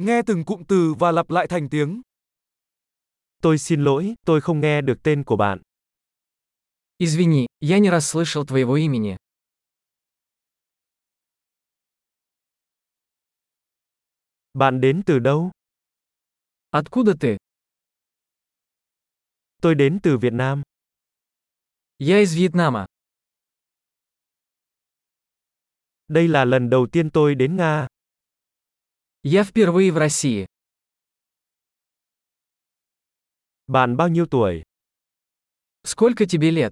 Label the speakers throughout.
Speaker 1: Nghe từng cụm từ và lặp lại thành tiếng.
Speaker 2: Tôi xin lỗi, tôi không nghe được tên của bạn.
Speaker 3: Извини, я не расслышал твоего имени.
Speaker 2: Bạn đến từ đâu?
Speaker 3: Откуда ты?
Speaker 2: Tôi đến từ Việt Nam.
Speaker 3: Я из Вьетнама.
Speaker 2: Đây là lần đầu tiên tôi đến Nga.
Speaker 3: Я впервые в России.
Speaker 2: Bạn bao nhiêu tuổi?
Speaker 3: Сколько тебе лет?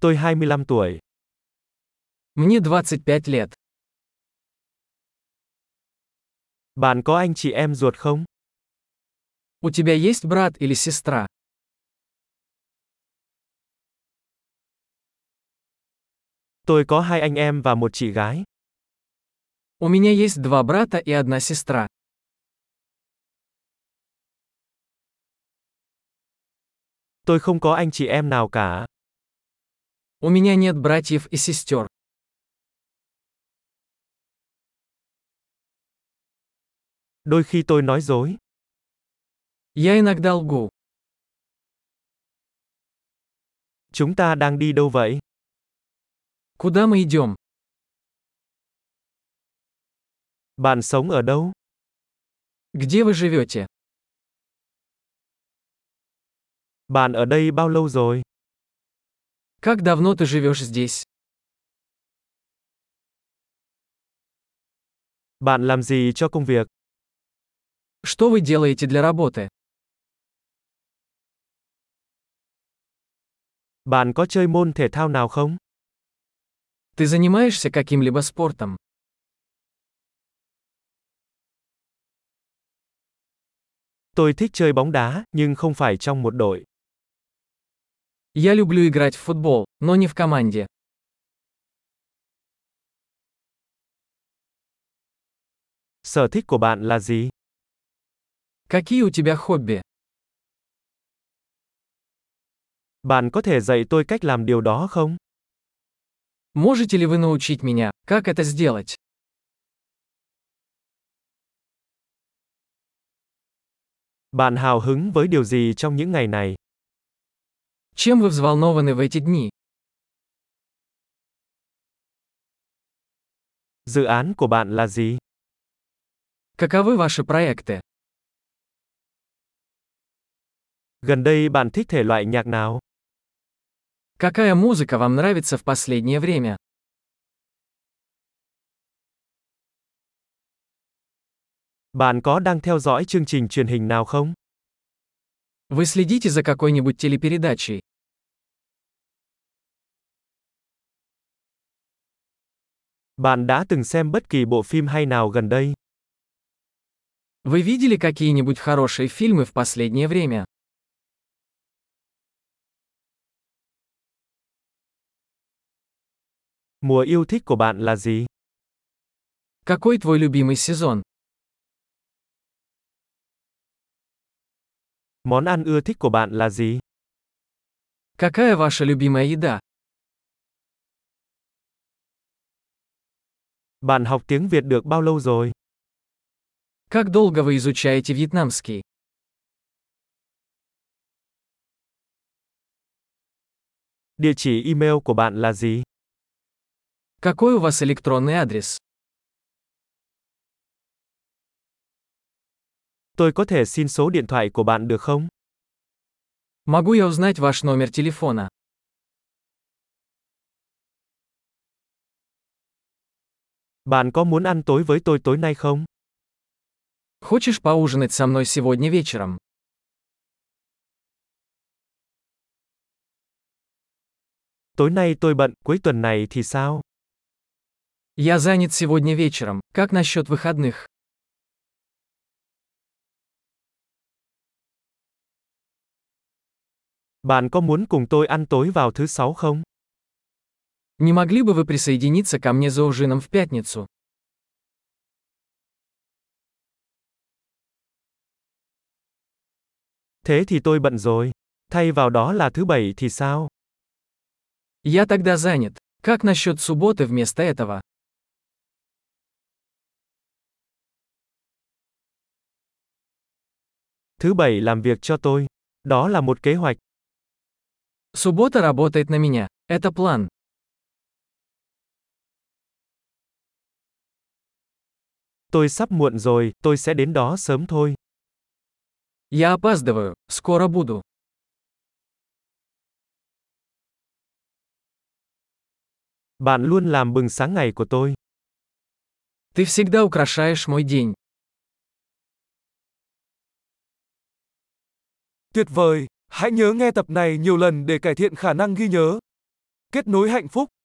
Speaker 2: Tôi 25 tuổi.
Speaker 3: Мне 25 лет.
Speaker 2: Bạn có anh chị em ruột không?
Speaker 3: У тебя есть брат или сестра?
Speaker 2: Tôi có hai anh em và một chị gái.
Speaker 3: У меня есть два брата и одна сестра.
Speaker 2: Tôi không có anh chị em nào cả.
Speaker 3: У меня нет братьев и сестер.
Speaker 2: Đôi khi tôi nói dối.
Speaker 3: Я иногда лгу.
Speaker 2: Chúng ta đang đi đâu vậy?
Speaker 3: Куда мы идем?
Speaker 2: Bạn sống ở đâu?
Speaker 3: Где вы живете?
Speaker 2: Bạn ở đây bao lâu rồi?
Speaker 3: Как давно ты живешь здесь?
Speaker 2: Bạn làm gì cho công việc?
Speaker 3: Что вы делаете для работы?
Speaker 2: Bạn có chơi môn thể thao nào không?
Speaker 3: Ты занимаешься каким-либо спортом?
Speaker 2: Tôi thích chơi bóng đá, nhưng không phải trong một đội.
Speaker 3: Я люблю играть в футбол, но не в команде.
Speaker 2: Sở thích của bạn là gì?
Speaker 3: Какие у тебя хобби?
Speaker 2: Bạn có thể dạy tôi cách làm điều đó không?
Speaker 3: Можете ли вы научить меня, как это сделать?
Speaker 2: Bạn hào hứng với điều gì trong những ngày này?
Speaker 3: Чем вы взволнованы в эти дни?
Speaker 2: Dự án của bạn là gì?
Speaker 3: Каковы ваши проекты?
Speaker 2: Gần đây bạn thích thể loại nhạc nào?
Speaker 3: Какая музыка вам нравится в последнее время?
Speaker 2: Bạn có đang theo dõi chương trình truyền hình nào không?
Speaker 3: Вы следите за какой-нибудь телепередачей?
Speaker 2: Bạn đã từng xem bất kỳ bộ phim hay nào gần đây?
Speaker 3: Вы видели какие-нибудь хорошие фильмы в последнее время?
Speaker 2: Mùa yêu thích của bạn là gì?
Speaker 3: Какой твой любимый сезон?
Speaker 2: Món ăn ưa thích của bạn là gì?
Speaker 3: Какая ваша любимая еда?
Speaker 2: Bạn học tiếng Việt được bao lâu rồi?
Speaker 3: Как долго вы изучаете вьетнамский?
Speaker 2: Địa chỉ email của bạn là gì?
Speaker 3: Какой у вас электронный адрес?
Speaker 2: Tôi có thể xin số điện thoại của bạn được không?
Speaker 3: Могу я узнать ваш номер телефона?
Speaker 2: Bạn có muốn ăn tối với tôi tối nay không?
Speaker 3: Хочешь поужинать со мной сегодня вечером?
Speaker 2: Tối nay tôi bận, cuối tuần này thì sao?
Speaker 3: Я занят сегодня вечером. Как насчет выходных?
Speaker 2: Bạn có muốn cùng tôi ăn tối vào thứ sáu không?
Speaker 3: Не могли бы вы присоединиться ко мне за ужином в пятницу?
Speaker 2: Thế thì tôi bận rồi. Thay vào đó là thứ bảy thì sao?
Speaker 3: Я тогда занят. Как насчет субботы вместо этого?
Speaker 2: Thứ bảy làm việc cho tôi. Đó là một kế hoạch.
Speaker 3: Суббота работает на меня. Это план.
Speaker 2: Tôi sắp muộn rồi, tôi sẽ đến đó sớm thôi.
Speaker 3: Я опаздываю. Скоро буду.
Speaker 2: Bạn luôn làm bừng sáng ngày của tôi.
Speaker 3: Ты всегда украшаешь мой день.
Speaker 1: Tuyệt vời! Hãy nhớ nghe tập này nhiều lần để cải thiện khả năng ghi nhớ. Kết nối hạnh phúc